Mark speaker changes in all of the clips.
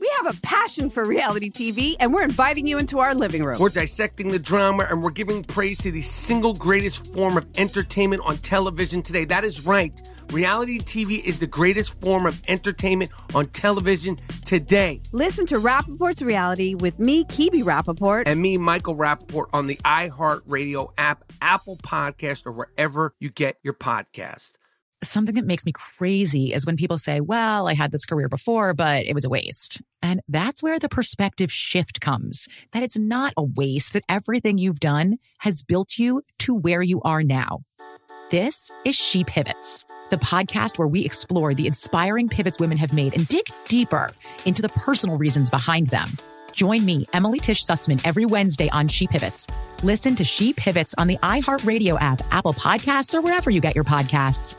Speaker 1: We have a passion for reality TV, and we're inviting you into our living room.
Speaker 2: We're dissecting the drama and we're giving praise to the single greatest form of entertainment on television today. That is right. Reality TV is the greatest form of entertainment on television today.
Speaker 1: Listen to Rappaport's Reality with me, Kibi Rappaport.
Speaker 2: And me, Michael Rappaport, on the iHeartRadio app, Apple Podcast, or wherever you get your podcast.
Speaker 3: something that makes me crazy is when people say, well, I had this career before, but it was a waste. And that's where the perspective shift comes that it's not a waste, that everything you've done has built you to where you are now. This is She Pivots, the podcast where we explore the inspiring pivots women have made and dig deeper into the personal reasons behind them. Join me, Emily Tish Sussman, every Wednesday on She Pivots. Listen to She Pivots on the iHeartRadio app, Apple Podcasts, or wherever you get your podcasts.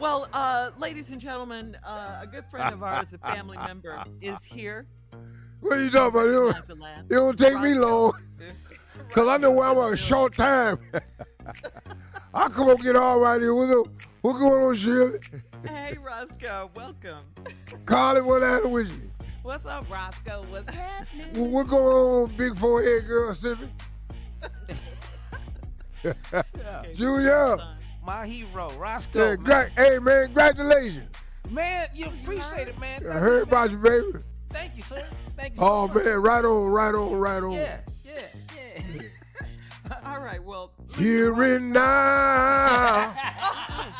Speaker 4: Well, uh, ladies and gentlemen, uh, a good friend of ours, a family member, is here.
Speaker 5: What are you talking about? It don't,
Speaker 4: Michael Lamb.
Speaker 5: it don't take me long. Cause I know where I'm at a short time. I come on get all right here. What's, up? what's going on, Shirley?
Speaker 4: Hey, Roscoe, welcome.
Speaker 5: Colin, what happened with you?
Speaker 4: What's up, Roscoe? What's happening?
Speaker 5: Wh- What going on, big forehead girl, Sippy? Junior,
Speaker 6: My hero, Roscoe.
Speaker 5: yeah, gra- hey man, congratulations!
Speaker 6: man. man, you appreciate it, man.
Speaker 5: I heard about you, baby.
Speaker 6: Thank you, sir. Thank you. So
Speaker 5: Oh
Speaker 6: much.
Speaker 5: man, right on, right on, right on.
Speaker 6: Yeah, yeah, yeah.
Speaker 4: All right, well,
Speaker 5: Here and now.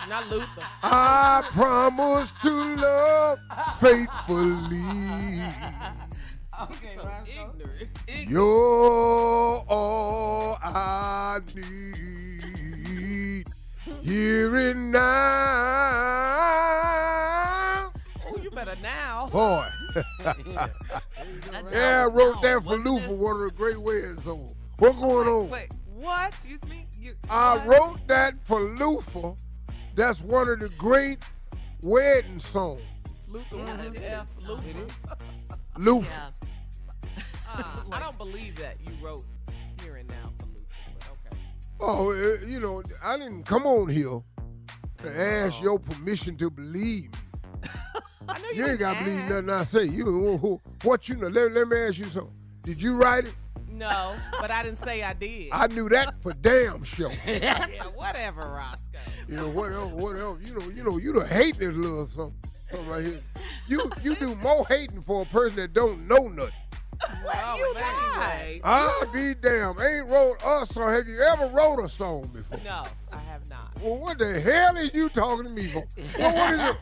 Speaker 6: Not Luther.
Speaker 5: I promise to love faithfully.
Speaker 6: Okay, Roscoe.
Speaker 5: You're all I need here and now.
Speaker 4: oh, you better now.
Speaker 5: Boy, yeah, I wrote that for Luther, one of the great ways. So, what's going on?
Speaker 4: Wait, what? Excuse me? You,
Speaker 5: I
Speaker 4: what?
Speaker 5: wrote that for Luther. That's one of the great wedding songs.
Speaker 4: Luther wanted F. Luther.
Speaker 5: Luther.
Speaker 4: Ah, I don't believe that you wrote here and now for Luther, but okay.
Speaker 5: Oh, uh, you know, I didn't come on here to ask your permission to believe. me.
Speaker 4: I know you,
Speaker 5: You ain't
Speaker 4: didn't
Speaker 5: got to believe
Speaker 4: ask.
Speaker 5: nothing I say. You, who- who- what you know? Let, let me ask you something. Did you write it?
Speaker 4: No, but I didn't say I did.
Speaker 5: I knew that for damn sure. You
Speaker 4: yeah, whatever, Roscoe.
Speaker 5: know what else? What else? You know, you know, you done hate this little something, something right here. You you do more hating for a person that don't know nothing.
Speaker 4: What? You lied.
Speaker 5: I'll be damn. Ain't wrote a song. Have you ever wrote a song before?
Speaker 4: No, I have not.
Speaker 5: Well, what the hell is you talking to me for? Well, what is it?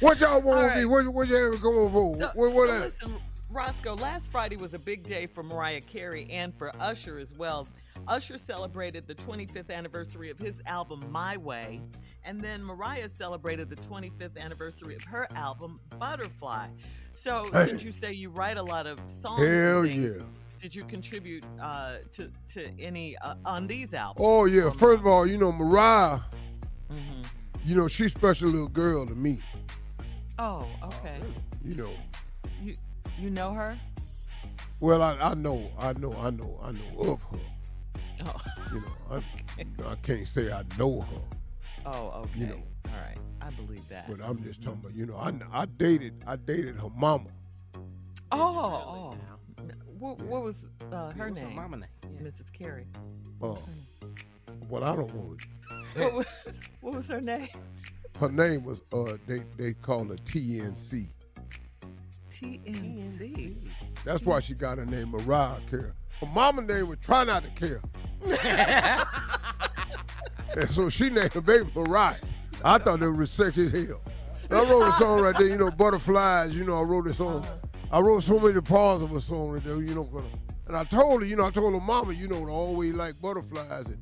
Speaker 5: What y'all want
Speaker 4: All
Speaker 5: me?
Speaker 4: right.
Speaker 5: What, what y'all going for?
Speaker 4: So-
Speaker 5: what, what
Speaker 4: so
Speaker 5: that?
Speaker 4: listen, Roscoe, last Friday was a big day for Mariah Carey and for Usher as well. Usher celebrated the 25th anniversary of his album My Way, and then Mariah celebrated the 25th anniversary of her album Butterfly. So
Speaker 5: Hey.
Speaker 4: since you say you write a lot of songs, and
Speaker 5: Hell
Speaker 4: things,
Speaker 5: yeah.
Speaker 4: Did you contribute uh, to to any uh, on these albums? Mm-hmm.
Speaker 5: Oh yeah. First of all, you know Mariah. Oh. You know she's special little girl to me.
Speaker 4: Oh, okay.
Speaker 5: You know.
Speaker 4: You you know her?
Speaker 5: Well, I, I know, I know, I know, I know of her.
Speaker 4: Oh.
Speaker 5: You know, I, I can't say I know her,
Speaker 4: Oh, okay.
Speaker 5: You know.
Speaker 4: All right. I believe that.
Speaker 5: but I'm just talking about. You know, I, I dated, I dated her mama.
Speaker 4: Oh, oh. What, what was uh, her
Speaker 6: what's her
Speaker 4: name?
Speaker 6: mama name?
Speaker 4: Mrs. Carey.
Speaker 5: Uh,
Speaker 4: Mm.
Speaker 5: well, I don't want to.
Speaker 4: what, was, what was her name?
Speaker 5: Her name was uh, they they called her TNC.
Speaker 4: TNC.
Speaker 5: That's why she got her name Mariah Carey. Her mama name was Try Not to Care, and so she named her baby Mariah. I thought it was sexy as hell. And I wrote a song right there, you know, Butterflies. You know, I wrote a song. I wrote so many parts of a song right there, you know. 'cause- And I told her, you know, I told her mama, you know, to always like butterflies. And,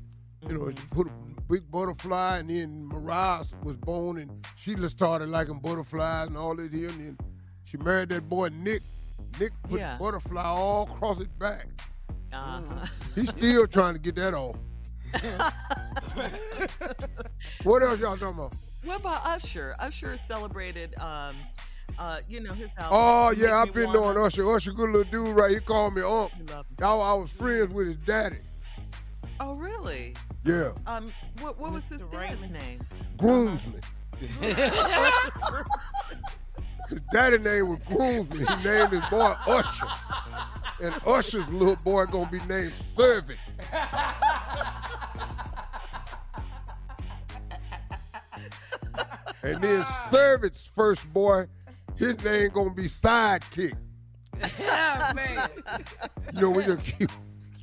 Speaker 5: you know, she put a big butterfly, and then Mariah was born, and she just started liking butterflies and all this here. And then she married that boy, Nick. Nick put
Speaker 4: Yeah.
Speaker 5: butterfly all across his back.
Speaker 4: Uh-huh.
Speaker 5: He's still trying to get that off. what else y'all talking about?
Speaker 4: What about Usher? Usher celebrated, um, uh, you know, his album.
Speaker 5: Oh
Speaker 4: Make
Speaker 5: yeah,
Speaker 4: Me
Speaker 5: I've been
Speaker 4: Wanna.
Speaker 5: knowing Usher. Usher, good little dude, right? He called me Unc.
Speaker 4: love
Speaker 5: I, I was friends with his daddy.
Speaker 4: Oh, really?
Speaker 5: Yeah,
Speaker 4: Um, what, what was his dad's name?
Speaker 5: groomsman. his daddy name was groomsman. He named his boy Usher, and Usher's little boy gonna be named Servant. and then Servant's first boy, his name gonna be Sidekick.
Speaker 6: man.
Speaker 5: You know, we just keep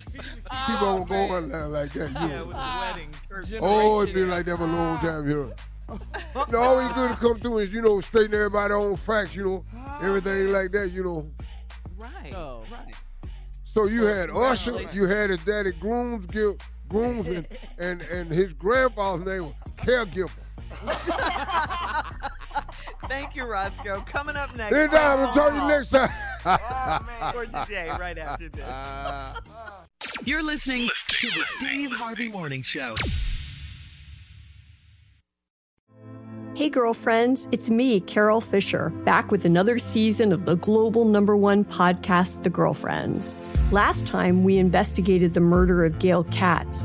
Speaker 5: keep on going like that. You
Speaker 4: Yeah,
Speaker 5: know.
Speaker 4: it was a wedding. Church.
Speaker 5: Oh, it's been like that for a long time here. You know, all we good to come through is, you know, straighten everybody on facts, you know, everything like that, you know.
Speaker 4: Right.
Speaker 6: Oh.
Speaker 4: Right.
Speaker 5: So you had Usher,
Speaker 4: congratulations.
Speaker 5: you had his daddy Grooms Gil- Grooms and, and, and his grandfather's name was Caregiver.
Speaker 4: Thank you, Roscoe. Coming up next.
Speaker 5: Anytime, I'll tell
Speaker 4: oh.
Speaker 5: you next time.
Speaker 4: For today, right after this.
Speaker 7: You're listening to the Steve Harvey Morning Show.
Speaker 8: Hey, girlfriends, it's me, Carol Fisher, back with another season of the global number one podcast, The Girlfriends. Last time, we investigated the murder of Gail Katz.